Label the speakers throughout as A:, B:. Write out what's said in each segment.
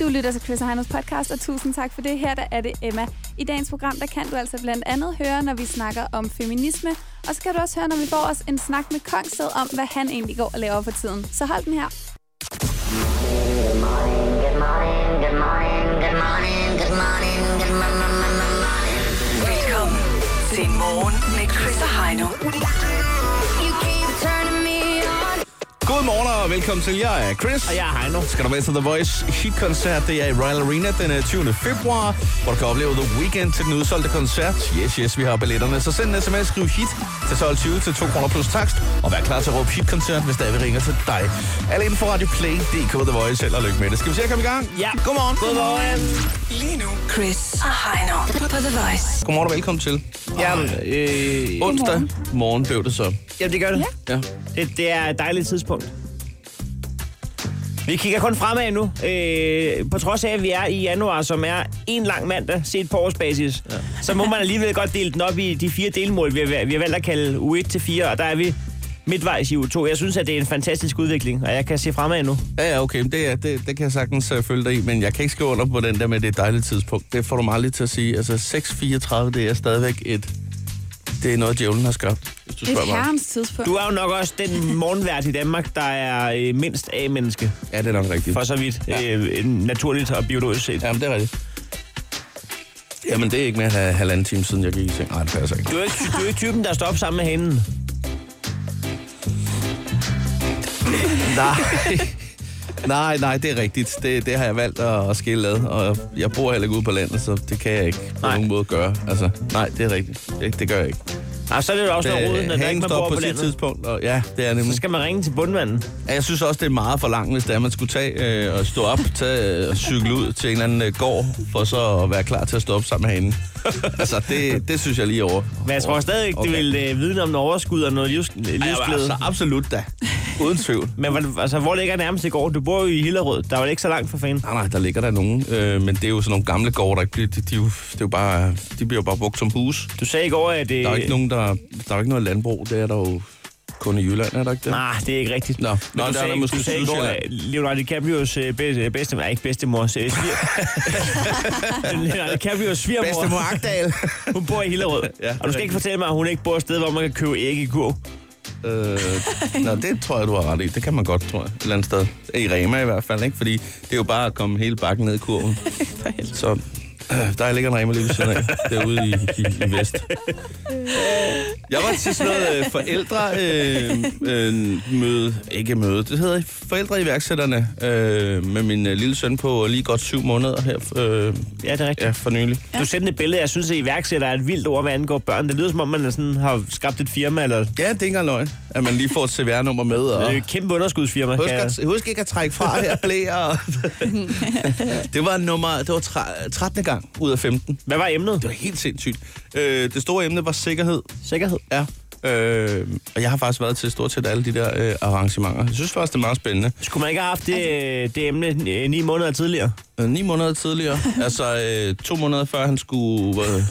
A: Du lytter til Chris og Heinos podcast, og tusind tak for det. Her der er det Emma. I dagens program, der kan du altså blandt andet høre, når vi snakker om feminisme, og så kan du også høre, når vi får os en snak med Kongsted om, hvad han egentlig går og laver for tiden. Så hold den her.
B: Good morning, good morning, good morning, good morning, good morning, good morning.
C: Velkommen til Morgen med Chris og Heino.
B: You keep turning me on.
D: Godmorgen og velkommen til. Jeg er Chris. Og jeg er Heino. Skal du med til The Voice Hit-koncert? Det er i Royal Arena den øh, 20. februar, hvor du kan opleve The Weekend til den udsolgte koncert. Yes, yes, vi har billetterne. Så send en sms, skriv hit til 12.20 til 2 kroner plus takst. Og vær klar til at råbe hit-koncert, hvis der er, vi ringer til dig. Alle inden for Radio Play, DK The Voice. Held og lykke med det. Skal vi se at komme i gang? Ja. Godmorgen. Godmorgen.
C: Lige nu, Chris og Heino på The Voice.
D: Godmorgen og velkommen til.
E: Jamen, øh,
D: Onsdag morgen blev det så.
E: jamen det gør det.
D: Ja.
E: det. Det er et dejligt tidspunkt. Vi kigger kun fremad nu, øh, på trods af, at vi er i januar, som er en lang mandag, set på årsbasis. Ja. Så må man alligevel godt dele den op i de fire delmål, vi har, vi har valgt at kalde u 1 til 4, og der er vi midtvejs i u 2. Jeg synes, at det er en fantastisk udvikling, og jeg kan se fremad nu.
D: Ja, ja, okay. Men Det, er, det, det kan jeg sagtens uh, følge dig i, men jeg kan ikke skrive under på den der med, det er et dejligt tidspunkt. Det får du mig aldrig til at sige. Altså, 6.34, det er stadigvæk et... Det er noget, djævlen har skabt, hvis du
A: Et
D: spørger mig.
A: herrens tidspunkt.
E: Du er jo nok også den morgenvært i Danmark, der er øh, mindst A-menneske,
D: Ja, det er nok rigtigt.
E: for så vidt
D: Ja.
E: øh, naturligt og biologisk set.
D: Jamen, det er rigtigt. Jamen, det er ikke mere have halvanden time siden, jeg gik i seng. Nej, det passer ikke.
E: Du er ikke, du er ikke typen, der står op sammen med hænden.
D: Nej. nej, nej, det er rigtigt. Det, det har jeg valgt at, at skille ad, og jeg bor heller ikke ude på landet, så det kan jeg ikke på
E: Nej.
D: nogen måde gøre. Altså, nej, det er rigtigt. Det, det gør jeg ikke.
E: Ah, så er det jo også noget rodet, når der
D: hanen
E: ikke man bor
D: står
E: på,
D: på sit
E: landet.
D: tidspunkt, og ja, det er nemlig.
E: Så skal man ringe til bundmanden.
D: Ja, Jeg synes også, det er meget for langt, hvis det er, man skulle tage øh, og stå op, tage øh, og cykle ud til en eller anden øh, gård, for så at være klar til at stå op sammen med hende. altså, det, det synes jeg lige over.
E: Men jeg tror stadig ikke, okay. det vil øh, vidne om noget overskud og noget livs,
D: Ej,
E: livsglæde.
D: altså, absolut da. Uden tvivl.
E: Men hvor- altså, hvor ligger nærmest i går? Du bor jo i Hillerød. Der var det ikke så langt for fanden.
D: Nej, nej, der ligger der nogen, øh, men det er jo sådan nogle gamle gårde, der ikke bliver, de, de, er jo- det er jo bare, de bliver jo bare brugt som hus.
E: Du sagde i går, at... Øh,
D: Der er jo ikke nogen, der, der er jo ikke noget landbrug, det er der jo kun i Jylland, er der ikke det?
E: Nej, det er ikke rigtigt.
D: Nå,
E: Men
D: nå,
E: du
D: der er
E: sagde-
D: der måske
E: du sagde i går,
D: Sydsjælland.
E: at Leonardo DiCaprios øh, bedste, bedstemor... Nej, ikke bedstemors... Øh, svir... Leonardo DiCaprios svigermor.
D: Bedstemor Agdal.
E: Hun bor i Hillerød.
D: Ja,
E: og du skal
D: rigtigt.
E: ikke fortælle mig, at hun ikke bor et sted, hvor man kan købe æggekurv.
D: Øh, nå, det tror jeg, du har ret i. Det kan man godt, tror jeg. Et eller andet sted. I Rema i hvert fald, ikke? Fordi det er jo bare at komme hele bakken ned i kurven. Så øh, der ligger en Rema lige ved siden af, derude i, i, i vest. Jeg var til sådan noget øh, forældre øh, øh, møde, ikke møde, det hedder forældre iværksætterne, øh, med min øh, lille søn på lige godt syv måneder her øh,
E: Ja, det er rigtigt.
D: ja, for nylig.
E: Du sendte et billede, jeg synes, at iværksætter er et vildt ord, hvad angår børn. Det lyder som om, man sådan har skabt et firma, eller det
D: Ja, det er ikke engang løgn, at man lige får et CVR-nummer med. Og...
E: er jo et kæmpe underskudsfirma.
D: Husk,
E: kan jeg-
D: at, husk ikke at trække fra her, blære. det var nummer, det var tre- 13. gang ud af 15.
E: Hvad var emnet?
D: Det var helt sindssygt. Øh, det store emne var sikkerhed.
E: Sikkerhed.
D: Ja. Øh, og jeg har faktisk været til stort set alle de der øh, arrangementer. Jeg synes faktisk, det er meget spændende.
E: Skulle man ikke have haft det, det emne øh, ni måneder tidligere?
D: Øh, Ni måneder tidligere, altså øh, to måneder før han skulle øh,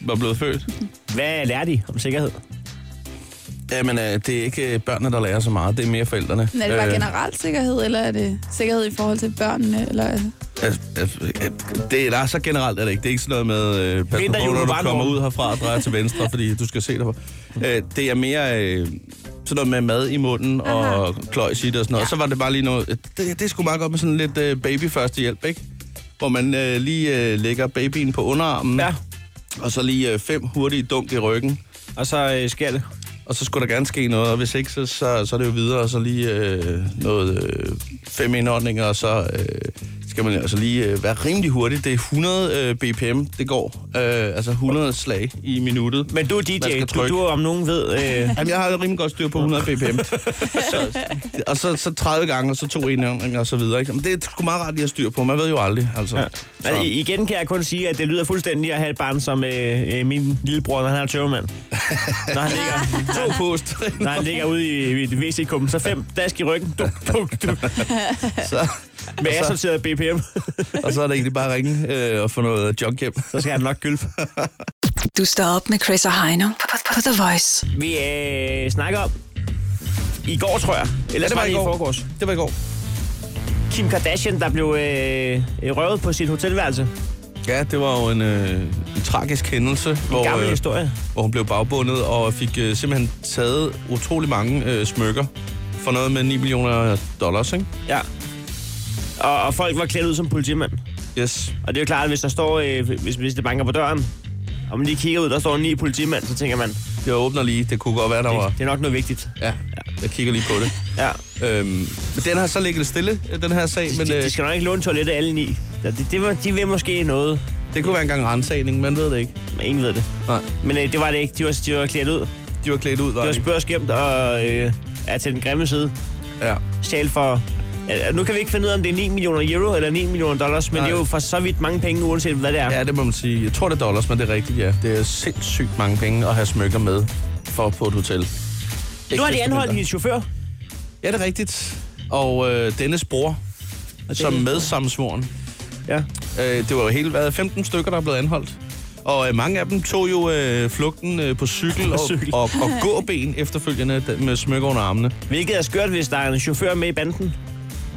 D: var blevet født.
E: Hvad lærer de om sikkerhed?
D: Jamen, øh, det er ikke øh, børnene, der lærer så meget. Det er mere forældrene.
F: Men er det bare generelt sikkerhed, eller er det sikkerhed i forhold til børnene? Eller,
D: Altså, altså, Det er der er så generelt, er det ikke. Det er ikke sådan noget med, øh, pas nu
E: Vinter,
D: på, når
E: jul,
D: du kommer
E: barnevogn.
D: ud herfra og drejer til venstre, fordi du skal se dig. Øh, det er mere øh, sådan noget med mad i munden og kløjs i det og sådan noget. Ja. Så var det bare lige noget... øh, Det, det skulle meget godt med sådan lidt øh, baby førstehjælp, ikke? Hvor man øh, lige øh, lægger babyen på underarmen,
E: Ja.
D: og så lige øh, fem hurtige dunk i ryggen.
E: Og så øh, sker det.
D: Og så skulle der gerne ske noget, og hvis ikke, så, så, så er det jo videre, og så lige øh, noget øh, fem indåndinger, og så øh, skal man altså lige øh, være rimelig hurtig. Det er 100 øh, bpm, det går. Øh, altså 100 slag i minuttet.
E: Men du er
D: Man
E: DJ.
D: skal
E: Du,
D: trykke.
E: du er om nogen ved... Øh,
D: Jamen, jeg har jo rimelig godt styr på 100 bpm. så, og så, så 30 gange, og så to indåndinger, og så videre. Ikke? Men det er sgu meget rart lige at have styr på. Man ved jo aldrig, altså. Ja.
E: altså, i- igen kan jeg kun sige, at det lyder fuldstændig at have et barn som øh, øh, min lillebror, når han er tøvermand. når, han ligger,
D: to post.
E: når han ligger ude i, i et WC-kumpen, så fem dask i ryggen. Duk, duk, duk.
D: så,
E: Med
D: Og så-
E: assorteret BPM.
D: og så er det egentlig bare at ringe øh, og få noget junk hjem.
E: så skal han nok gylfe.
G: Du står op med Chris og Heino på, på The Voice.
E: Vi øh, snakker om i går, tror jeg. Eller
D: Ja,
E: det var det i forgårs.
D: Det var i går.
E: Kim Kardashian, der blev øh, øh, røvet på sit hotelværelse. En
D: Ja, det var jo en, øh, en tragisk hændelse, hvor,
E: gammel
D: øh,
E: historie.
D: hvor hun blev bagbundet og fik øh, simpelthen taget utrolig mange øh, smykker for noget med 9 millioner dollars, ikke?
E: Ja. Og, og folk var klædt ud som politimænd.
D: Yes.
E: Og det er jo klart, at hvis der står, øh, hvis, hvis det banker på døren, og man lige kigger ud, der står ni politimænd, så tænker man, det,
D: Jeg åbner lige. Det kunne godt være, der var...
E: det er nok noget vigtigt.
D: Ja, jeg kigger lige på det.
E: Ja.
D: Øhm, men den har så ligget stille, øh, den her sag, men
E: de,
D: øh,
E: de, skal nok ikke låne toilettet alle ni. Ja, Det, det, var, de vil måske noget,
D: det kunne være en gang rensagning, man ved det ikke.
E: men ingen ved det.
D: Nej.
E: Men øh, det var det ikke. De var, de var klædt ud.
D: De var klædt ud, var
E: De var
D: de?
E: spørgskemt og øh, er til den grimme side.
D: Ja.
E: Sjæl for... Ja, nu kan vi ikke finde ud af, om det er 9 millioner euro eller 9 millioner dollars, men
D: Nej.
E: det er jo for så vidt mange penge, uanset hvad det er.
D: ja, det må man sige. Jeg tror, det er dollars, men det er rigtigt, ja. Det er sindssygt mange penge at have smykker med for på et hotel.
E: nu har de
D: Ikke
E: anholdt
D: mindre.
E: hendes chauffør.
D: Ja, det er rigtigt. Og øh, dennes bror, som med samsvoren.
E: Ja.
D: Øh, det var jo hele hvad, 15 stykker, der er blevet anholdt. Og øh, mange af dem tog jo øh, flugten øh, på cykel og,
E: cykel.
D: og, og gåben efterfølgende da- med smykker under armene.
E: Hvilket er skørt, hvis der er en chauffør med i banden.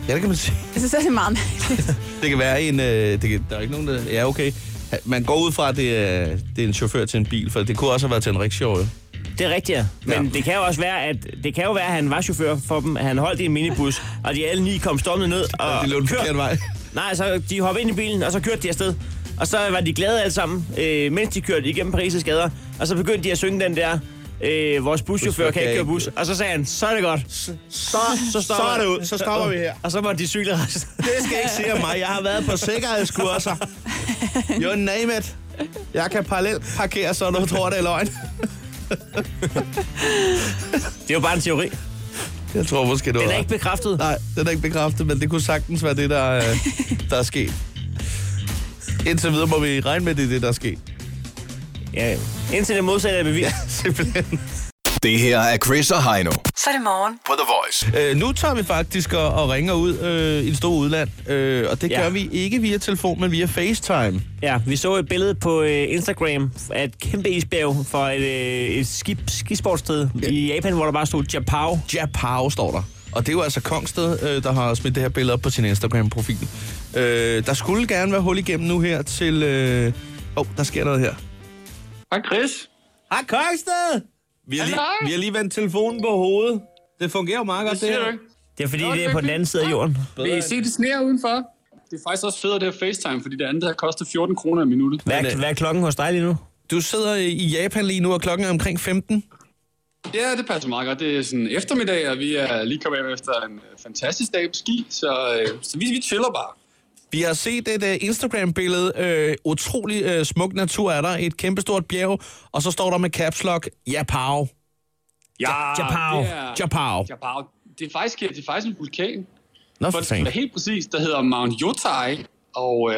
D: Ja, det kan man sige.
F: Jeg synes, det er meget mærkeligt.
D: Det kan være en... Øh, det kan, der er ikke nogen, der... Ja, okay. Ha- Man går ud fra, at det er, det er en chauffør til en bil, for det kunne også have været til en rickshaw. jo.
E: Det er rigtigt, ja. Men
D: Ja.
E: ja. det kan jo også være, at det kan jo være, at han var chauffør for dem. Han holdt i en minibus, og de alle ni kom stormende ned og
D: Det løb den
E: kørte.
D: forkerte vej.
E: Nej, så de hoppede ind i bilen, og så kørte de afsted. Og så var de glade alle sammen, øh, mens de kørte igennem Paris' gader. Og så begyndte de at synge den der, øh, vores buschauffør kan ikke køre bus. Og så sagde han, så er det godt. Så, så, så,
D: så er det ud. Så stopper vi her.
E: Og så måtte de cykle resten.
D: Det skal ikke sige mig. Jeg har været på sikkerhedskurser. You name it. Jeg kan parallelt parkere, så du tror, det er løgn.
E: Det er jo bare en teori.
D: Jeg tror måske, det var
E: Den er ikke bekræftet.
D: Nej, den er ikke bekræftet, men det kunne sagtens være det, der, øh, der er sket. Indtil videre må vi regne med, det er det, der er sket.
E: Ja, indtil det modsatte er bevist.
D: Simpelthen.
H: Det her er Chris og Heino
G: Så er det morgen.
H: på The Voice.
D: Øh, nu tager vi faktisk og, og ringer ud øh, i det store udland, øh, og det
E: Ja.
D: gør vi ikke via telefon, men via FaceTime.
E: Ja, vi så et billede på øh, Instagram af et kæmpe isbjerg fra et, øh, et skib, skisportsted
D: Ja.
E: ja. i Japan, hvor der bare stod Japao.
D: Japao står der. Og det er jo altså Kongsted, øh, der har smidt det her billede op på sin Instagram-profil. Øh, der skulle gerne være hul igennem nu her til... Åh, øh... oh, der sker noget her.
I: Hej Chris.
D: Hej Kongsted! Vi har, lige, vi har lige vendt telefonen på hovedet. Det fungerer jo meget godt,
I: Det
D: det
I: siger
D: her.
I: du ikke.
E: Det er fordi, det er på den anden side af jorden.
I: Vil I se, det sneer udenfor? Det er faktisk også federe, det her FaceTime, fordi det andet har kostet 14 kroner i minuttet.
E: Hvad,
D: Men, øh,
E: er, hvad er klokken hos dig lige nu?
D: Du sidder i Japan lige nu, og klokken er omkring 15.
I: Ja, det passer meget godt. Det er sådan eftermiddag, og vi er lige kommet hjem efter en øh, fantastisk dag på ski, så, øh, så vi, vi chiller bare.
D: Vi har set et uh, Instagram-billede. Øh, utrolig uh, smuk natur er der. Et kæmpestort bjerg. Og så står der med caps lock, Japao.
I: Ja,
E: Japao.
I: det er-
D: Japao.
I: Japao. Det er faktisk, det er faktisk en vulkan.
D: Nå,
I: For
D: for
I: det skal være
D: fanden.
I: helt præcis, der hedder Mount Yotai. Og øh,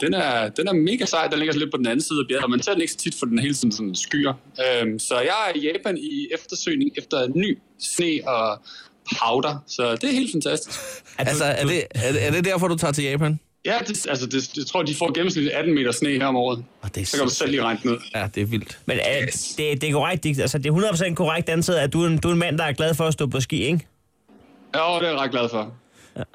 I: den, er, den er mega sej. Den ligger så lidt på den anden side af bjerget, og man ser den ikke så tit, for den er hele tiden sådan skyer. Øhm, så jeg er i Japan i eftersøgning efter ny sne og powder. Så det er helt fantastisk.
D: Altså, er det, er, det- er det derfor, du tager til Japan?
I: Ja, det, altså, det, jeg tror, de får gennemsnitligt 18 meter sne her om året.
D: Og det er
I: Så kan du selv lige regne den ud.
D: Ja, det er vildt.
E: Men er, det, det er korrekt, det, altså det er 100% korrekt antaget, at du er, en, du er en mand, der er glad for at stå på ski, ikke?
I: Ja, det er jeg ret glad for.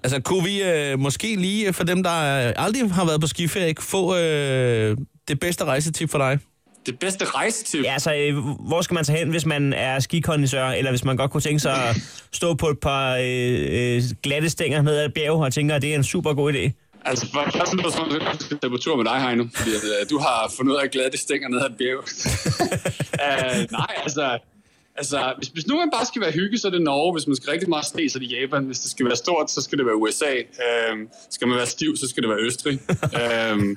D: Altså, kunne vi øh, måske lige, øh, for dem, der øh, aldrig har været på skiferie, kunne få øh, det bedste rejsetip for dig?
I: Det bedste rejsetip.
E: Ja, altså, øh, hvor skal man tage hen, hvis man er skikondisør, eller hvis man godt kunne tænke sig at stå på et par øh, øh, glatte stænger ned ad et bjerg og tænker, at det er en super god idé?
I: Altså, for først lyder det som om, at jeg skal tage på tur med dig, Heino. Fordi at, øh, du har fundet ud af at glæde det stænger ned ad et bjerg. uh, nej, altså... Altså, hvis, hvis nu man bare skal være hygge, så er det Norge. Hvis man skal rigtig meget sne, så er det Japan. Hvis det skal være stort, så skal det være USA. Uh, skal man være stiv, så skal det være Østrig. Uh,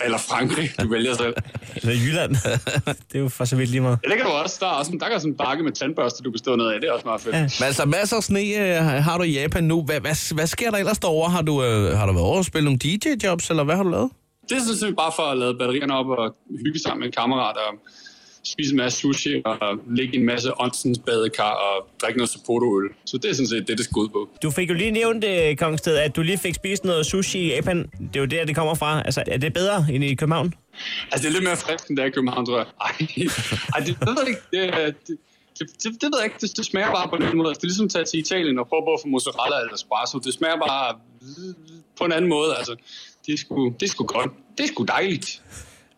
I: eller Frankrig, du vælger selv.
E: Eller Altså, Jylland. det er jo for så vidt lige meget.
I: Ja, det kan du også. Der er også der er sådan en bakke med tandbørste, du kan stå ned af. Det er også meget fedt.
E: Ja.
D: Men altså, masser af sne øh, har du i Japan nu. Hvad, hvad, hvad sker der ellers derovre? Har du, øh, har du været over og spille nogle DJ-jobs, eller hvad har du lavet?
I: Det er sådan set bare for at lade batterierne op og hygge sammen med en kammerat og spise en masse sushi og ligge i en masse åndsens badekar og drikke noget Sapporo-øl. Så det er sådan set det, det skal ud på.
E: Du fik jo lige nævnt, øh, Kongsted, at du lige fik spist noget sushi i Japan. Det er jo der, det kommer fra. Altså, er det bedre end i København?
I: Altså, det er lidt mere frisk, end det er i København, tror jeg. Ej, ej det, det, det, det, det, det, det, det ved jeg ikke, det, det smager bare på den måde. Det er ligesom at tage til Italien og prøve at få mozzarella eller espresso. Det smager bare på en anden måde, altså. Det er sgu, det er sgu godt. Det er sgu dejligt.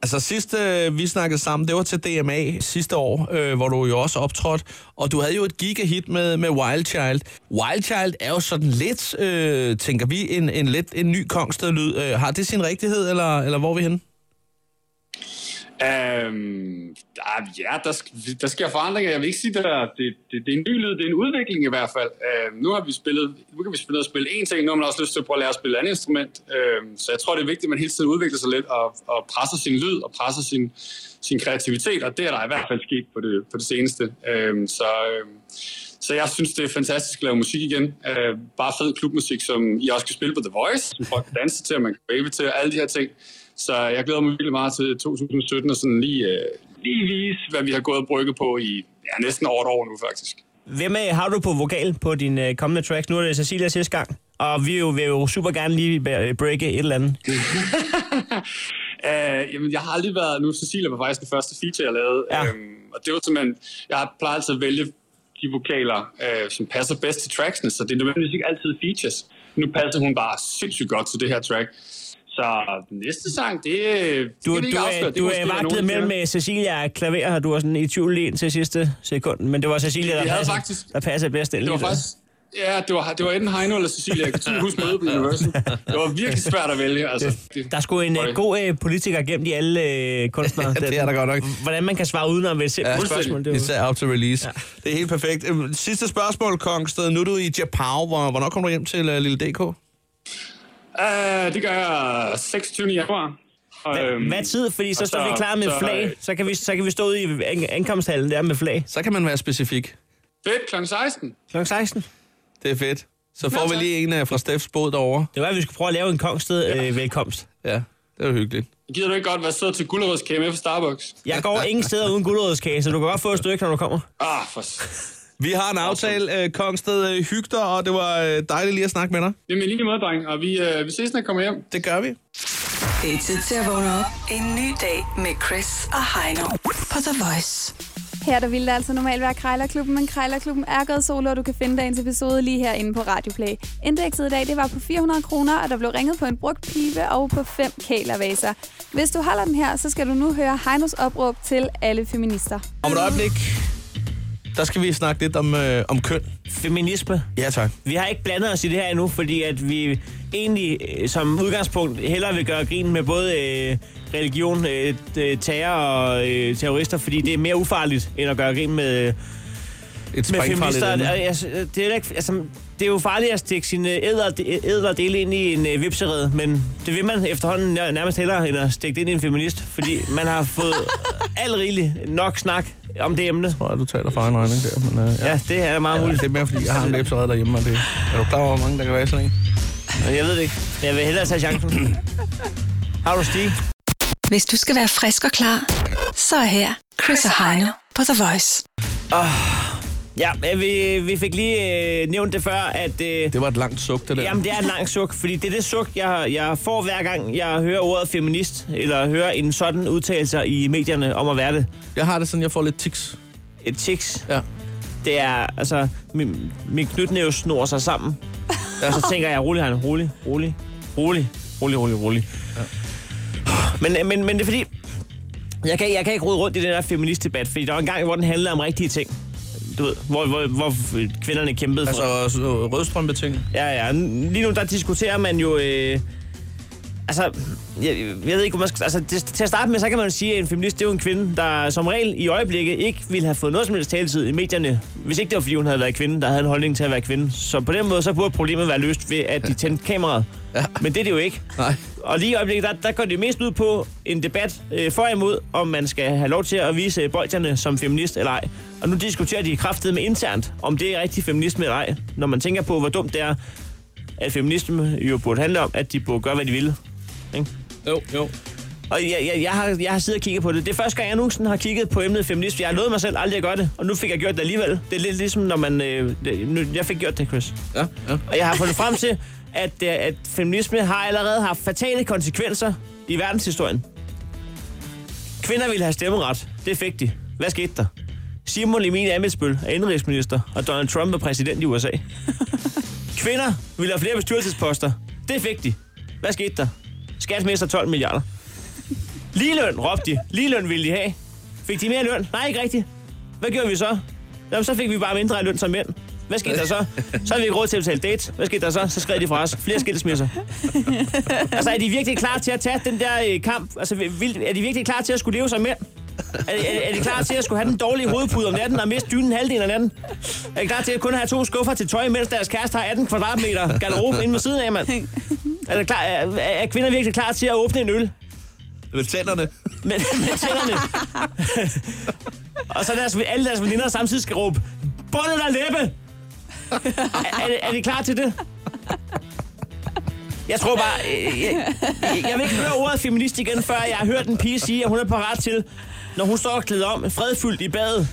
D: Altså sidst øh, vi snakkede sammen, det var til DMA sidste år, øh, hvor du jo også optrådte, og du havde jo et gigahit med, med Wild Child. Wild Child er jo sådan lidt, øh, tænker vi, en, en lidt en ny kongstedlyd. Øh, har det sin rigtighed, eller, eller hvor er vi henne?
I: Øhm, der, ja, der, sk- der sker forandringer. Jeg vil ikke sige, det, er- det, det, det er en ny lyd, det er en udvikling i hvert fald. Øhm, nu har vi spillet, nu kan vi spille og spille én ting, nu har man også lyst til at prøve at lære at spille et andet instrument. Øhm, så jeg tror, det er vigtigt, at man hele tiden udvikler sig lidt og, og presser sin lyd og presser sin, sin kreativitet, og det er der i hvert fald sket på det, på det seneste. Øhm, så, øhm, så jeg synes, det er fantastisk at lave musik igen. Øh, bare fed klubmusik, som I også kan spille på The Voice, som folk kan danse til, og man kan baby til, og alle de her ting. Så jeg glæder mig virkelig meget til 2017 og sådan lige, øh, lige vise, hvad vi har gået og brygget på i ja, næsten over et år nu faktisk.
E: Hvem øh, har du på vokal på din øh, kommende tracks? Nu er det Cecilia sidste gang, og vi jo, vil jo super gerne lige øh, breake et eller andet.
I: Øh, jamen, jeg har aldrig været... Nu, Cecilia var faktisk den første feature, jeg lavede.
E: Ja.
I: Ja. Øhm, og det var simpelthen... Jeg plejer altid at vælge de vokaler, øh, som passer bedst til tracksene, så det er nødvendigvis ikke altid features. Nu passer hun bare sindssygt godt til det her track. Så den næste sang, det... det
E: Du,
I: kan vi
E: du,
I: ikke afsløre.
E: er,
I: Det
E: du
I: måske,
E: er
I: der nogen,
E: vaklet
I: der
E: mellem
I: siger.
E: øh, Cecilia og klaver, og du var sådan i tvivl lige indtil sidste sekund, men det var Cecilia, der,
I: Vi havde
E: passede,
I: faktisk-
E: der passede bedst ind.
I: Det var
E: lige der.
I: faktisk... Ja, det var, det var enten Heino eller Cecilia. Jeg kan tydeligt huske mødet på Universal. Det var virkelig svært at vælge. Altså, det,
E: Der skulle en øh,
I: Sorry.
E: god øh, politiker gennem de alle øh, kunstnere.
D: Ja, det er der godt nok.
E: Hvordan man kan svare udenom ved et simpelt
D: Ja,
E: ja, spørgsmål. Det er jo-
D: Især op til release. Ja. Det er helt perfekt. Øhm, Sidste spørgsmål, Kongsted. Nu er du i Japao. Hvor, hvornår kommer du hjem til uh, Lille DK?
I: uh, det gør jeg 26. januar. Og, øhm,
E: Hvad tid? Fordi så,
I: og
E: står vi klar med
I: så-
E: flag. Så kan vi, så kan vi stå ude i an- ankomsthallen der med flag.
D: Så kan man være specifik.
I: Fedt, kl. 16.
E: Klokken 16.
D: Det er fedt. Så får vi
I: tak.
D: lige en øh, fra Steffs båd derovre.
E: Det var, at vi skulle prøve at lave en kongsted øh, velkomst.
D: Ja, det er jo hyggeligt.
I: Gider du ikke godt være sidder til Gullerøds KMF Starbucks?
E: Jeg går ingen steder uden guldrådskage, så du kan godt få et stykke, når du kommer.
I: Ah, for...
D: Vi har en aftale, øh, Kongsted. Øh, Hyg dig, og det var øh, dejligt lige at snakke med dig.
I: Jamen, i lige måde, dreng. Og vi, øh, vi ses, når jeg kommer hjem.
D: Det gør vi.
C: Det er tid til at vågne op. En ny dag med Chris og Heino.
G: På The Voice.
A: Her der ville det altså normalt være Krejlerklubben, men Krejlerklubben er gået solo, og du kan finde dagens episode lige herinde på Radioplay. Indekset i dag det var på 400 kroner, og der blev ringet på en brugt pibe og på fem kælervaser. Hvis du holder den her, så skal du nu høre Heinos opråb til alle feminister.
D: Om et øjeblik, der skal vi snakke lidt om, øh, om køn.
E: Feminisme.
D: Ja, tak.
E: Vi har ikke blandet os i det her endnu, fordi at vi egentlig øh, som udgangspunkt hellere vil gøre grin med både øh, religion, øh, øh, terror og øh, terrorister, fordi det er mere ufarligt, end at gøre grin med,
D: Et
E: med
D: springfarligt
E: feminister.
D: emne.
E: Og jeg sy- Det er, da ikke, altså, det er jo farligt at stikke sine ædler dele ind i en øh, vipserede, men det vil man efterhånden nær- nærmest hellere, end at stikke det ind i en feminist, fordi man har fået alt rigeligt nok snak om det emne.
D: Jeg tror, at du taler for egen regning der. Men, øh, ja.
E: Ja, det er meget
D: Ja,
E: muligt.
D: det er mere, fordi jeg har en læbserede derhjemme, og det er du klar over, hvor mange der kan være i sådan en?
E: Men jeg ved det ikke. Men Jeg vil hellere tage chancen. Har du stige?
G: Hvis du skal være frisk og klar, så er her Chris og Heino på The Voice.
E: Ja, øh, vi, vi fik lige øh, nævnt det før, at... Øh,
D: Det var et langt suk, det der.
E: Jamen, det er en lang suk, fordi det er det suk, jeg, jeg får hver gang, jeg hører ordet feminist, eller hører en sådan udtalelse i medierne om at være det.
D: Jeg har det sådan, jeg får lidt tics.
E: Et tiks.
D: Ja.
E: Det er, altså, min, min knytnæve snor sig sammen. Ja. Så tænker jeg, rolig, han, rolig, rolig, rolig, rolig, rolig, rolig. Ja. Men, men, men det er fordi, jeg kan, jeg kan ikke rode rundt i den der feministdebat, fordi der var en gang, hvor den handlede om rigtige ting. Du ved, hvor, hvor, hvor kvinderne kæmpede for...
D: Altså så rødstrømbeting.
E: Ja, ja. Lige nu, der diskuterer man jo... Øh, altså, jeg, jeg ved ikke, hvor man skal... Altså, det, til at starte med, så kan man jo sige, at en feminist, det er jo en kvinde, der som regel i øjeblikket ikke ville have fået noget som helst taletid i medierne, hvis ikke det var, fordi hun havde været kvinde, der havde en holdning til at være kvinde. Så på den måde, så burde problemet være løst ved, at de tændte kameraet. Ja. Men det er det jo ikke.
D: Nej.
E: Og lige i øjeblikket, der, der går det mest ud på en debat øh, for og imod, om man skal have lov til at vise bolterne som feminist eller ej. Og nu diskuterer de kraftet med internt, om det er rigtig feminisme eller ej. Når man tænker på, hvor dumt det er, at feminisme jo burde handle om, at de burde gøre, hvad de ville.
D: Jo, jo.
E: Og jeg, jeg, jeg, har, jeg har siddet og kigget på det. Det er første gang, jeg nogensinde har kigget på emnet feminisme. Jeg har lovet mig selv aldrig at gøre det, og nu fik jeg gjort det alligevel. Det er lidt ligesom, når man... Øh, det, nu, jeg fik gjort det, Chris.
D: Ja, ja.
E: Og jeg har fundet frem til, at, øh, at feminisme har allerede haft fatale konsekvenser i verdenshistorien. Kvinder ville have stemmeret. Det fik de. Hvad skete der? Simon Emil Amitsbøl er indrigsminister, og Donald Trump er præsident i USA. Kvinder vil have flere bestyrelsesposter. Det fik de. Hvad skete der? Skat mister 12 milliarder. Ligeløn, råbte de. Ligeløn ville de have. Fik de mere løn? Nej, ikke rigtigt. Hvad gjorde vi så? Jamen, så fik vi bare mindre i løn som mænd. Hvad skete der så? Så havde vi ikke råd til at betale date. Hvad skete der så? Så skrev de fra os. Flere skilsmisser. altså, er de virkelig klar til at tage den der øh, kamp? Altså, vil, er de virkelig klar til at skulle leve som mænd? Er, er, er de klar til at skulle have den dårlige hovedpude om natten og miste dynen halvdelen af natten? Er de klar til at kun have to skuffer til tøj, mens deres kæreste har 18 kvadratmeter garderobe inde ved siden af, mand? Er, der klar, er, er kvinder virkelig klar til at åbne en øl
D: Med tænderne.
E: med, med tænderne. og så deres, alle deres veninder samtidig skal råbe, bundet af læbe! er, er, er de klar til det? Jeg tror bare, øh, jeg, jeg, jeg vil ikke høre ordet feminist igen, før jeg har hørt en pige sige, at hun er parat til, når hun står klædt om fredfyldt i badet.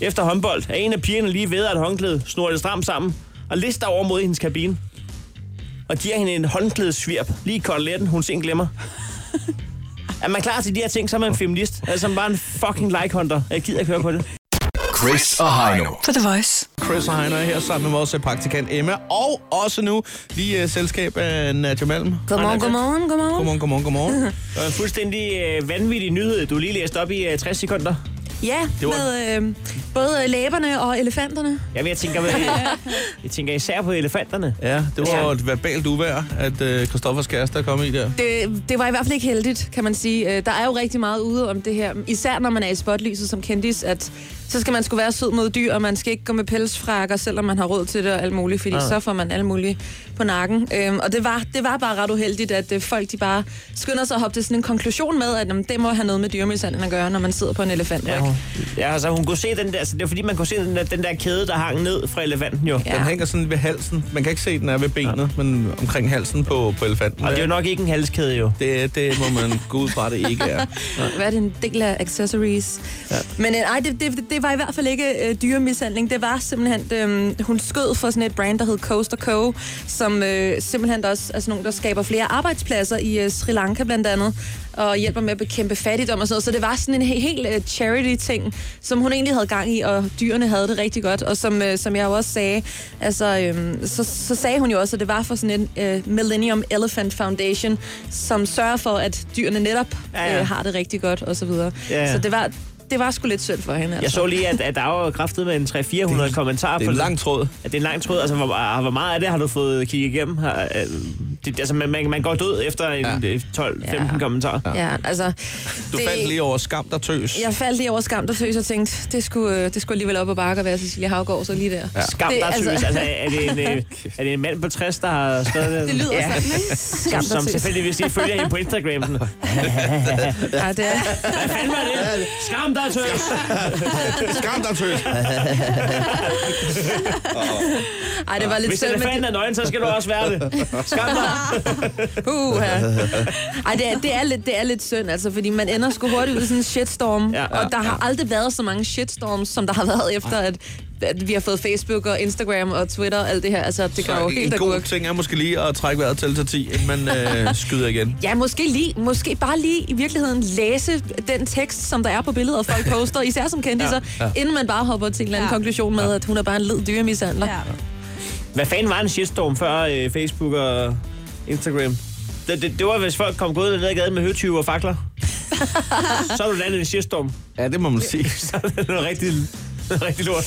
E: Efter håndbold er en af pigerne lige ved at håndklæde, snor det stramt sammen og lister over mod hendes kabine. Og giver hende en håndklædesvirp lige i koteletten, hun sent glemmer. Er man klar til de her ting, så er man feminist. Altså man bare en fucking like-hunter. Jeg gider ikke høre på det.
H: Chris og Heino.
G: På The Voice.
D: Chris Heiner her sammen med vores øh, praktikant Emma, og også nu lige uh, selskab af Nadia Malm.
F: Godmorgen, godmorgen, godmorgen.
D: Godmorgen, godmorgen, godmorgen.
E: Det var en fuldstændig øh, vanvittig nyhed, du lige læste op i øh, 60 sekunder.
F: Ja,
D: Det var-
F: med øh, både læberne og elefanterne.
E: Jamen, jeg tænker, jeg, jeg tænker især på elefanterne.
D: ja, det var jo et verbalt uvær, at uh, Christoffers kæreste er kommet i der.
F: Det, det var i hvert fald ikke heldigt, kan man sige. Øh, Der er jo rigtig meget ude om det her. Især når man er i spotlyset som kendis, at så skal man skulle være sød mod dyr, og man skal ikke gå med pelsfrakker, selvom man har råd til det og alt muligt, fordi så får man alt muligt på nakken. Øhm, og det var, det var bare ret uheldigt, at øh, folk de bare skynder sig at hoppe til sådan en konklusion med, at jamen, det må have noget med dyremishandling at gøre, når man sidder på en elefant. Ja.
E: Ja, altså hun kunne se den der, så det var fordi, man kunne se den der, den der kæde, der hang ned fra elefanten jo.
D: Den hænger sådan ved halsen. Man kan ikke se, den er ved benet, men omkring halsen på, på elefanten.
E: Og det er jo nok ikke en halskæde jo.
D: det, det må man gå ud fra, det ikke er.
F: Hvad er det, en del af accessories? Ja. Men øh, ej, det, det, det var i hvert fald ikke øh, dyremishandling. Det var simpelthen, øh, hun skød for sådan et brand, der hed Coast Co., som øh, simpelthen der også er sådan nogle, der skaber flere arbejdspladser i øh, Sri Lanka blandt andet, og hjælper med at bekæmpe fattigdom og sådan noget. Så det var sådan en he- helt øh, charity-ting, som hun egentlig havde gang i, og dyrene havde det rigtig godt. Og som, øh, som jeg jo også sagde, altså, øh, så, så sagde hun jo også, at det var for sådan en øh, Millennium Elephant Foundation, som sørger for, at dyrene netop
E: Ja, ja.
F: Øh, har det rigtig godt og så videre.
E: Ja, ja.
F: Så det var, det var sgu lidt synd for hende.
E: Jeg
F: Altså.
E: så lige, at, at der var kraftet med en 300-400 kommentarer
D: Det er
E: på
D: en lang tråd.
E: At det er en lang tråd. Altså, hvor, hvor meget af det har du fået kigget igennem? Har, øh, det, altså, man, man, man går død efter en, ja. 12-15
F: Ja.
E: kommentarer. Ja.
F: Ja, altså,
D: Du
F: det,
D: faldt lige over skam, der tøs.
F: Jeg faldt lige over skam, der tøs, og tænkte, det skulle, øh, det skulle alligevel op og bakke at være Cecilia Havgård, så lige der. Ja.
E: Skam,
F: Det-
E: der
F: altså-
E: altså... synes. Altså, er, det en, øh, er det en mand på 60, der har skrevet den?
F: Det lyder ja. sådan, ikke?
E: som,
F: Skam,
E: som
F: der tøs.
E: tilfældigvis lige følger hende på Instagram. Sådan,
F: Ja, det er.
E: Hvad fanden var det? Skam dig, tøs!
D: Skam, der tøs.
F: Ej, det var lidt
E: Hvis
F: synd, men
E: elefanten er nøgen, så skal du også være det. Skam dig.
F: Uh, Ej, det er, det, er lidt, det er lidt synd, altså, fordi man ender sgu hurtigt ud i sådan en shitstorm,
E: Ja,
F: ja,
E: ja,
F: ja, og der har aldrig været så mange shitstorms, som der har været efter, at, at vi har fået Facebook og Instagram og Twitter og alt det her. Altså, det går jo
D: En
F: helt
D: god
F: agurk.
D: ting er måske lige at trække vejret til til 10, inden man øh, skyder igen.
F: Ja, måske, lige, måske bare lige i virkeligheden læse den tekst, som der er på billedet, folk poster, især som kendiser, ja, ja. inden man bare hopper til en eller anden
A: Ja.
F: ja. konklusion med, at hun er bare en led dyremishandler. Ja.
A: Ja.
E: Hvad fanden var en shitstorm før øh, Facebook og Instagram? Det, det, det var, hvis folk kom gået ned ad gaden med høtyve og fakler. så er du landet i en shitstorm.
D: Ja, det må man sige.
E: Så er det noget rigtig, noget rigtig lort.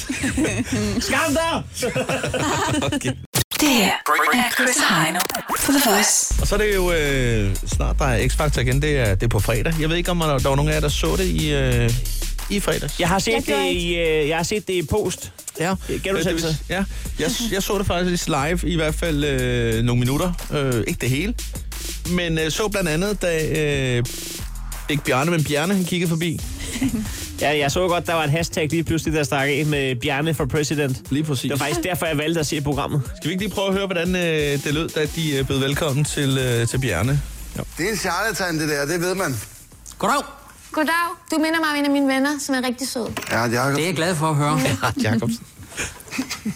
E: Skam dig!
G: Det her er Chris og Heino. På The Voice.
D: Og så er det jo øh, snart, der er X-Factor igen. Det er, det er på fredag. Jeg ved ikke, om der, der var nogen af jer, der så det i, øh, i fredags.
E: Jeg har set,
A: Jeg
E: det,
A: gjorde
E: i, øh, jeg har set det i post.
D: Ja,
E: genudsendelse.
D: Øh, det vil- Ja, jeg, jeg så det faktisk live, i hvert fald øh, nogle minutter. Øh, ikke det hele. Men øh, så blandt andet, da... Øh, ikke Bjarne, men Bjarne, han kiggede forbi.
E: Ja, jeg så godt, der var et hashtag lige pludselig, der stak af med Bjarne for President.
D: Lige præcis.
E: Det var faktisk derfor, jeg valgte at se programmet.
D: Skal vi ikke lige prøve at høre, hvordan øh, det lød, da de øh, bød velkommen til, øh, til Bjarne?
J: Det er en charlatan, det der, det ved man.
K: Goddag.
B: Goddag, du minder mig om en af mine venner, som er rigtig sød.
J: Ja, Jacob.
K: Det er jeg glad for at høre.
D: Jacobsen.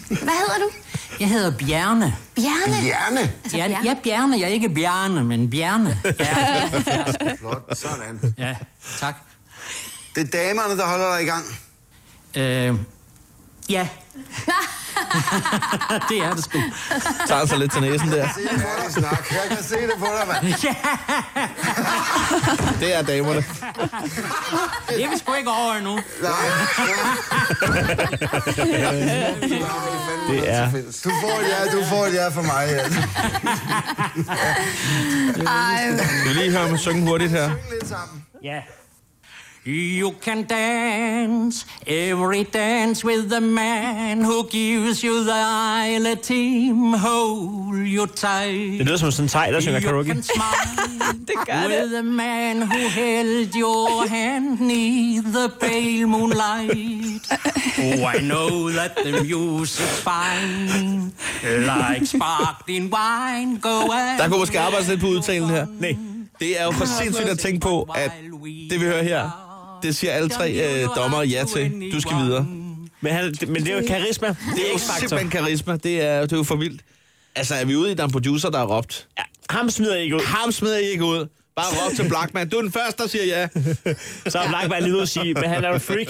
B: Hvad hedder du?
K: Jeg hedder Bjerne.
B: Bjarne?
J: Hjerne.
B: Altså,
K: Jeg,
B: Bjarne.
K: jeg er Bjerne. Jeg er ikke Bjerne, men Bjerne. Ja,
J: Flot, sådan.
K: ja tak.
J: Det er damerne, der holder dig i gang.
K: Øh, ja. det er det sgu.
D: Tager sig lidt til næsen der.
J: Se det på dig, snak. Jeg kan se det på dig, mand.
D: Det er damerne.
K: Det er vi sgu ikke over endnu.
E: Det er...
J: Du får et ja, du får et ja for mig. Ja.
D: Skal vi lige høre mig synge hurtigt her?
E: Ja.
K: You can dance every dance with the man who gives you the isle team. Hold you tight.
E: Det lyder som sådan en thai, der synger
K: You
E: karaoke.
K: can smile
A: Det gør det.
K: with the man who held your hand neath the pale moonlight. Oh, I know that the music's fine, like sparkling wine. Go and
D: Der kunne måske arbejdes lidt på udtalen her.
E: Nej.
D: Det er jo for sindssygt at tænke på, at det vi hører her, det siger alle tre øh, dommere ja til. Du skal videre.
E: Men, han, men det er jo karisma.
D: Det er jo
E: X-faktor.
D: simpelthen karisma. Det er, det er jo for vildt. Altså, er vi ude i, der er en producer, der har råbt?
E: Ja, ham smider jeg ikke ud.
D: Ham smider I ikke ud. Bare råb til Blackman. Du er den første, der siger ja.
E: Så er Blackman lige ude at sige, men han er jo freak.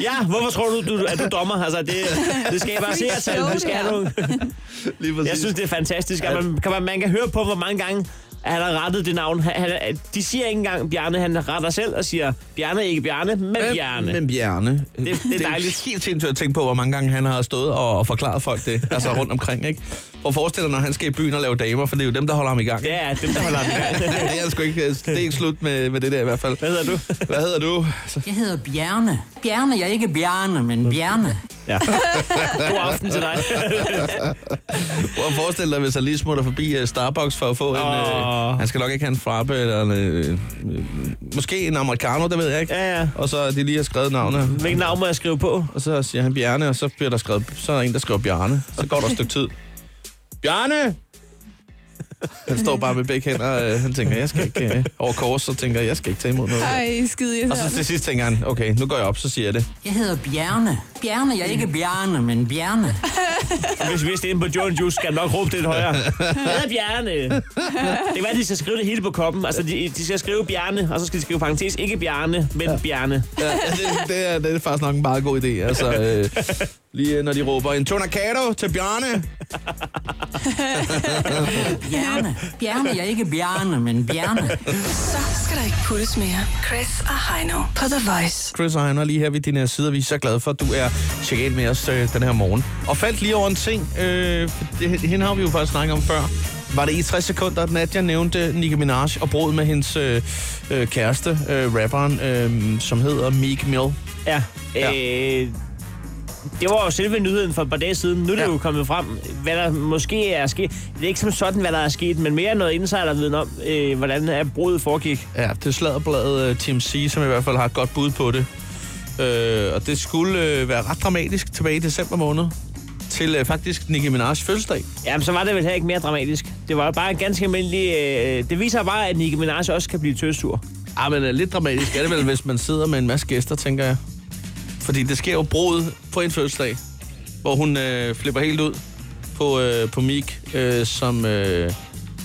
E: Ja, hvorfor tror du, du at du dommer? Altså, det, det skal bare se at Vi skal have nogle...
D: Lige præcis.
E: Jeg synes, det er fantastisk, at man kan, man, man kan høre på, hvor mange gange han har rettet det navn. Han, han, de siger ikke engang Bjarne, han retter selv og siger, Bjarne er ikke Bjarne, men Bjarne.
D: Øh, Men Bjarne. Det,
E: det
D: jo
E: er dejligt.
D: helt sindssygt at tænke på, hvor mange gange han har stået og, og forklaret folk det. Altså rundt omkring, ikke? Prøv at forestille dig, når han skal i byen og lave damer, for det er jo dem, der holder ham i gang.
E: Det er dem, der holder ham i gang.
D: det er han sgu ikke. Det er ikke slut med, med det der i hvert fald.
E: Hvad hedder du?
D: Hvad hedder du?
K: Jeg hedder Bjerne. Bjerne, jeg er ikke Bjerne, men Bjerne.
E: Ja. God aften til dig.
D: Prøv at forestille dig, hvis han lige smutter forbi uh, Starbucks for at få oh. en...
E: Åh.
D: Uh, han skal nok ikke have en frappe eller en... Uh, uh, måske en americano, det ved jeg ikke.
E: Ja, ja.
D: Og så er de lige har skrevet navnet.
E: Hvilken navn må jeg skrive på?
D: Og så siger han Bjarne, og så bliver der skrevet... Så er der en, der skriver Bjarne. Så går der et stykke tid. Bjarne! Han står bare med begge hænder, og øh, han tænker, jeg skal ikke... Øh, over kors, så tænker jeg, jeg skal ikke tage imod noget.
A: Ej, skide
D: Og så til sidst tænker han, okay, nu går jeg op, så siger jeg det.
K: Jeg hedder Bjerne. Bjerne, jeg er ikke Bjerne, men Bjerne.
E: Hvis, hvis det er inde på Joe Juice, skal han nok råbe det lidt højere. Hvad er Bjarne? Det kan være, de skal skrive det hele på koppen. Altså, de, de skal skrive Bjarne, og så skal de skrive parentes. Ikke Bjarne, men ja. Bjarne.
D: Ja, det, det, er, det er faktisk nok en meget god idé. Altså, øh, lige øh, når de råber, en tonacado til Bjarne.
K: Bjerne. Bjerne, jeg er ikke Bjerne, men Bjerne.
G: Så skal der ikke puttes mere.
C: Chris og Heino.
G: På The Voice.
D: Chris og Heiner lige her ved din her side, og vi er så glade for, at du er tjekket ind med os øh, den her morgen. Og faldt lige over en ting, øh, det, hende har vi jo faktisk snakket om før. Var det i 60 sekunder, at Nadia nævnte Nicki Minaj og brød med hendes øh, øh, kæreste, øh, rapperen, øh, som hedder Meek Mill.
E: Ja.
D: Ja.
E: Øh, det var jo selve nyheden for et par dage siden. Nu er det
D: Ja.
E: ja. jo kommet frem, hvad der måske er sket. Det er ikke som sådan, hvad der er sket, men mere noget insiderviden om, øh, hvordan er brudet foregik.
D: Ja, det er sladderbladet øh, Tim C, som i hvert fald har et godt bud på det. Øh, og det skulle øh, være ret dramatisk tilbage i december måned, til øh, faktisk Nicki Minaj's fødselsdag.
E: Jamen, så var det vel heller ikke mere dramatisk. Det var jo bare en ganske almindelig... Øh, det viser bare, at Nicki Minaj også kan blive tøstur.
D: Ah, men øh, lidt dramatisk er det vel, hvis man sidder med en masse gæster, tænker jeg. Fordi det sker jo brud på en fødselsdag, hvor hun øh, flipper helt ud på, øh, på Mik, øh, som øh,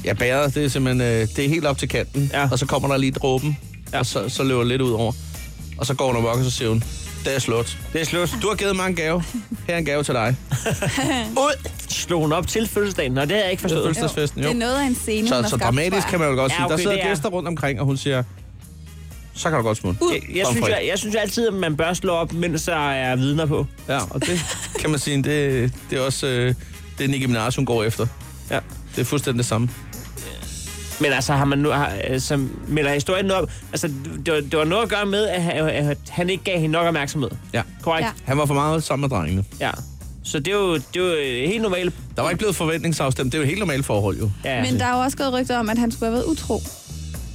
D: ja, bærer. Det er simpelthen øh, det er helt op til kanten, ja.
E: Ja.
D: og så kommer der lige dråben, ja. og så, så løber lidt ud over. Og så går hun amok, og så siger hun, det er slut. Det er slut. Du har givet mig en gave. Her er en gave til dig. ud!
E: Slog hun op til fødselsdagen? Nå, det havde jeg
D: Til
E: ikke forstået.
D: fødselsdagsfesten,
A: Det
D: jo.
A: er noget af en scene, hun
D: Så,
A: har
D: så
A: skabt,
D: dramatisk
A: tror
D: kan man jo godt
E: Ja,
D: sige. Der
E: okay,
D: sidder
E: det er-
D: gæster rundt omkring, og hun siger, så kan du godt smutte.
E: Jeg, jeg,
D: Pommes
E: synes,
D: frites.
E: jeg, jeg synes jo altid, at man bør slå op, mens der er vidner på.
D: Ja, og det kan man sige, det, det er også øh, det er Nicki Minaj, hun går efter.
E: Ja.
D: Det er fuldstændig det samme.
E: Men altså, har man nu, har, altså, melder historien nu op? Altså, det, var- det var noget at gøre med, at, han- at han ikke gav hende nok opmærksomhed.
D: Ja.
E: Korrekt?
A: Ja.
D: Han var for meget sammen med drengene.
E: ja. Så det er jo, det er jo øh, helt normalt.
D: Der var ikke blevet forventningsafstemt. Det er jo et helt normalt forhold, jo.
E: Ja.
A: jeg. Men der er jo også gået rygter om, at han skulle have været utro.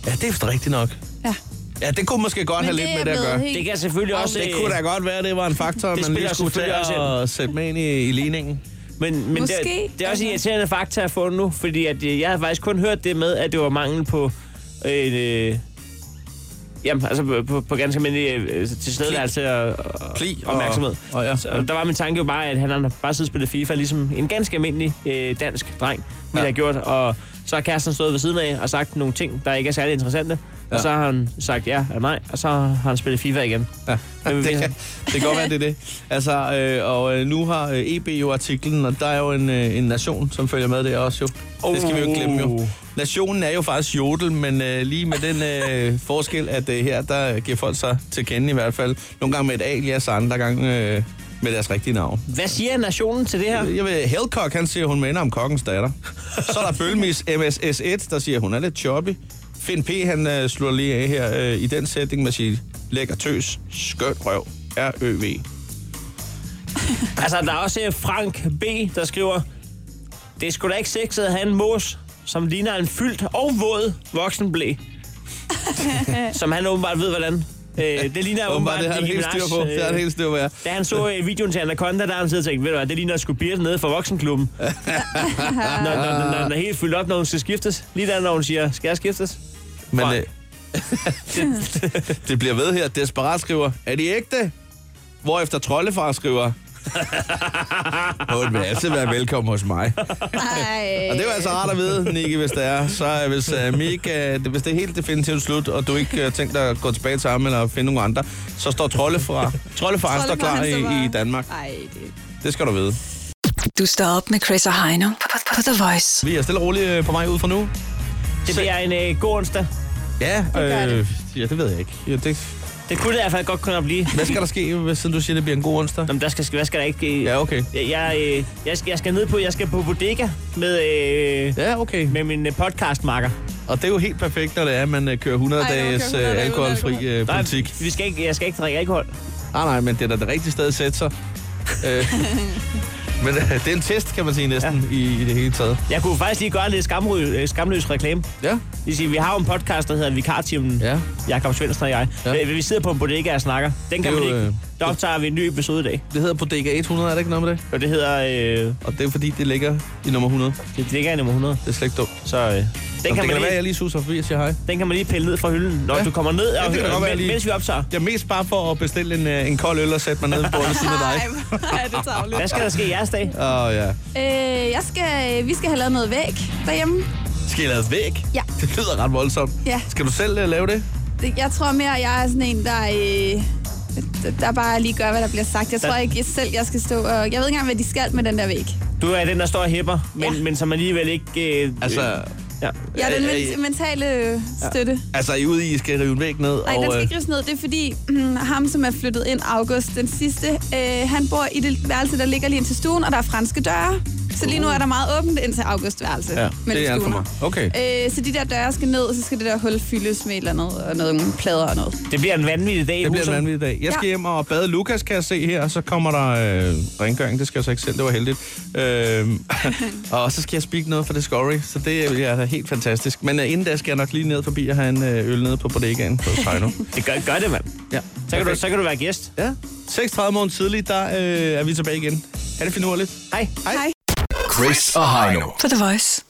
D: Ja, det er vist rigtigt nok.
A: Ja.
D: Ja, det kunne måske godt
A: Men
D: have
A: det
D: lidt
A: er
D: med det at
A: blevet
D: gøre.
A: helt-
E: det kan selvfølgelig også... øh,
D: Det kunne da godt være, det var en faktor, man lige
E: spiller
D: skulle til
E: selvfølgelig også ind.
D: at sætte med ind i, i ligningen.
E: Men, men det,
A: Måske.
E: det er
A: Altså.
E: også irriterende fakta at få nu, fordi at, øh, jeg havde faktisk kun hørt det med, at det var mangel på... Øh, øh, jamen, altså på, på, på ganske almindelig øh, tilstedeværelse og, og
D: Pli og-
E: opmærksomhed.
D: og ja.
E: Så der var min tanke jo bare, at han har bare siddet og spillet FIFA, ligesom en ganske almindelig øh, dansk dreng ville
D: Ja.
E: ja. have gjort, og Så har kæresten stået ved siden af og sagt nogle ting, der ikke er særlig interessante. Ja. Og så har han sagt ja eller nej, og så har han spillet FIFA igen.
D: Ja. Det kan, det kan godt være, det er det. Altså, øh, og øh, nu har øh, EB jo artiklen, og der er jo en, øh, en nation, som følger med der også jo. Det skal vi jo ikke glemme jo. Nationen er jo faktisk jodel, men øh, lige med den øh, forskel, at øh, her, der giver folk sig til kende i hvert fald. Nogle gange med et alias, andre gange øh, med deres rigtige navn.
E: Hvad siger nationen til det her?
D: Jeg ved, Hellcock, han siger, hun minder om kokkens datter. Så er der Bølmis MSS1, der siger, hun er lidt choppy. Finn P, han øh, slår lige af her øh, i den sætning med sit lækker tøs, skøn røv, R-Ø-V.
E: Altså, der er også øh, Frank B., der skriver, det er sgu da ikke sexet at have en mås, som ligner en fyldt og våd voksenblæ. som han åbenbart ved, hvordan. Øh, det ligner
D: Åbenbart,
E: åbenbart
D: det har han
E: Nicki
D: helt styr på.
E: Minaj, øh,
D: Det har han helt styr på, ja.
E: Da han så øh, videoen til Anaconda, der har han siddet og tænkt, ved du hvad, det ligner sgu Birte nede fra voksenklubben. når, når, når, når, når helt fyldt op, når hun skal skiftes. Lige der, når hun siger, skal jeg skiftes?
D: Men øh, det bliver ved her. Desperat skriver, er de ægte? Hvorefter Trollefar skriver, hun vil altid være velkommen hos mig.
A: Ej.
D: Og det er jo altså rart at vide, Nicky, hvis det er. Så øh, hvis, uh, Mika, hvis det er helt definitivt slut, og du ikke uh, tænkt dig at gå tilbage til ham eller finde nogen andre, så står Trollefar, Trollefar står
G: Troldefar,
D: klar
G: han står
D: i,
G: bare-
D: i Danmark.
A: Ej, det...
D: Det skal du vide.
G: Du står op med Chris og Heino på, på The Voice.
D: Vi er stille og roligt øh, på vej ud fra nu.
E: Det bliver en øh, god onsdag.
D: Ja,
E: Det gør
D: øh, ja, det ved jeg ikke. Ja, det...
E: det kunne det i hvert fald godt kunne blive.
D: Hvad skal der ske, hvis siden du siger, det bliver en god onsdag?
E: Jamen, der skal, hvad skal der ikke... Øh,
D: ja, okay.
E: Jeg, jeg, øh, jeg, skal, jeg skal ned på, jeg skal på bodega med, øh,
D: ja, okay.
E: med min øh, podcastmarker.
D: Og det er jo helt perfekt, når det er, at man øh, kører 100-dages øh, alkoholfri øh, politik.
E: Nej, vi skal ikke, jeg skal ikke drikke alkohol.
D: Nej, nej, men det er da det rigtige sted at sætte sig. Øh, men øh, det er en test, kan man sige næsten, ja. i, i det hele taget.
E: Jeg kunne faktisk lige gøre lidt skamry, øh, skamløs reklame.
D: Ja.
E: Det siger, vi har jo en podcast, der hedder Vikartimen.
D: Ja.
E: Jakob Svendsen og jeg. Ja. Vi sidder på en bodega og snakker. Den kan
D: Det er
E: man
D: jo,
E: ikke.
D: øh,
E: Der optager vi en ny episode i dag.
D: Det hedder Bodega 100, er det ikke noget med det?
E: Og det hedder... Øh,
D: og det er fordi, det ligger i nummer 100.
E: Det ligger i nummer 100.
D: Det er slet ikke dumt.
E: Så øh, den
D: Den kan, kan man lige... være, jeg lige suser forbi og siger hej.
E: Den kan man lige pille ned fra hylden, når ja. du kommer ned, og,
D: det kan da godt være,
E: men-
D: lige-
E: mens vi optager.
D: Jeg er mest bare for at bestille en, øh, en kold øl og sætte mig ned ved bordet ved siden af dig.
A: Ej, det er tavligt.
E: Hvad skal der ske i jeres dag?
D: Åh, oh, ja.
A: Øh, jeg skal, vi skal have lavet noget væk derhjemme.
D: Skal I lave væk?
A: Ja.
D: Det lyder ret voldsomt.
A: Ja.
D: Skal du selv øh, lave det?
A: Det, jeg tror mere, at jeg er sådan en, der, øh, der bare lige gør, hvad der bliver sagt. Jeg tror ikke jeg selv, jeg skal stå og... Jeg ved ikke engang, hvad de skal med den der væg.
E: Du er den, der står og hæpper, men, ja. men som alligevel ikke... Øh,
D: Altså,
E: ja.
A: Jeg er den
D: Øh,
A: men- mentale øh, støtte.
D: Altså, I er ude i, I skal rive en væg ned?
A: Nej, den
D: og,
A: skal
D: øh,
A: ikke rives ned. Det er fordi, hmm, ham, som er flyttet ind august den sidste, øh, han bor i det værelse, der ligger lige ind til stuen, og der er franske døre. Så lige nu er der meget åbent ind til august værelse.
D: Uh. Ja,
A: mellem
D: det er alt for
A: stuerne.
D: mig. Okay.
A: Øh, så de der døre skal ned, og så skal det der hul fyldes med et eller andet, og noget, nogle plader og noget.
E: Det bliver en vanvittig dag i
D: Det bliver en
E: Husum.
D: vanvittig dag. Jeg skal
A: Ja.
D: ja. hjem og bade Lukas, kan jeg se her, og så kommer der øh, rengøring. Det skal jeg så ikke selv, det var heldigt. Øh, og så skal jeg spikke noget for Discovery, så det bliver da helt fantastisk. Men øh, inden da skal jeg nok lige ned forbi og have en øh, øl nede på bodegaen på Sejno.
E: Det gør, gør det, mand.
D: ja.
E: Så kan, du, så kan du være gæst.
D: Ja. 6.30 morgen tidligt, der øh, er vi tilbage igen. Ha' det finurligt.
E: Hej.
D: Hej.
H: Chris og Heino.
G: På The Voice.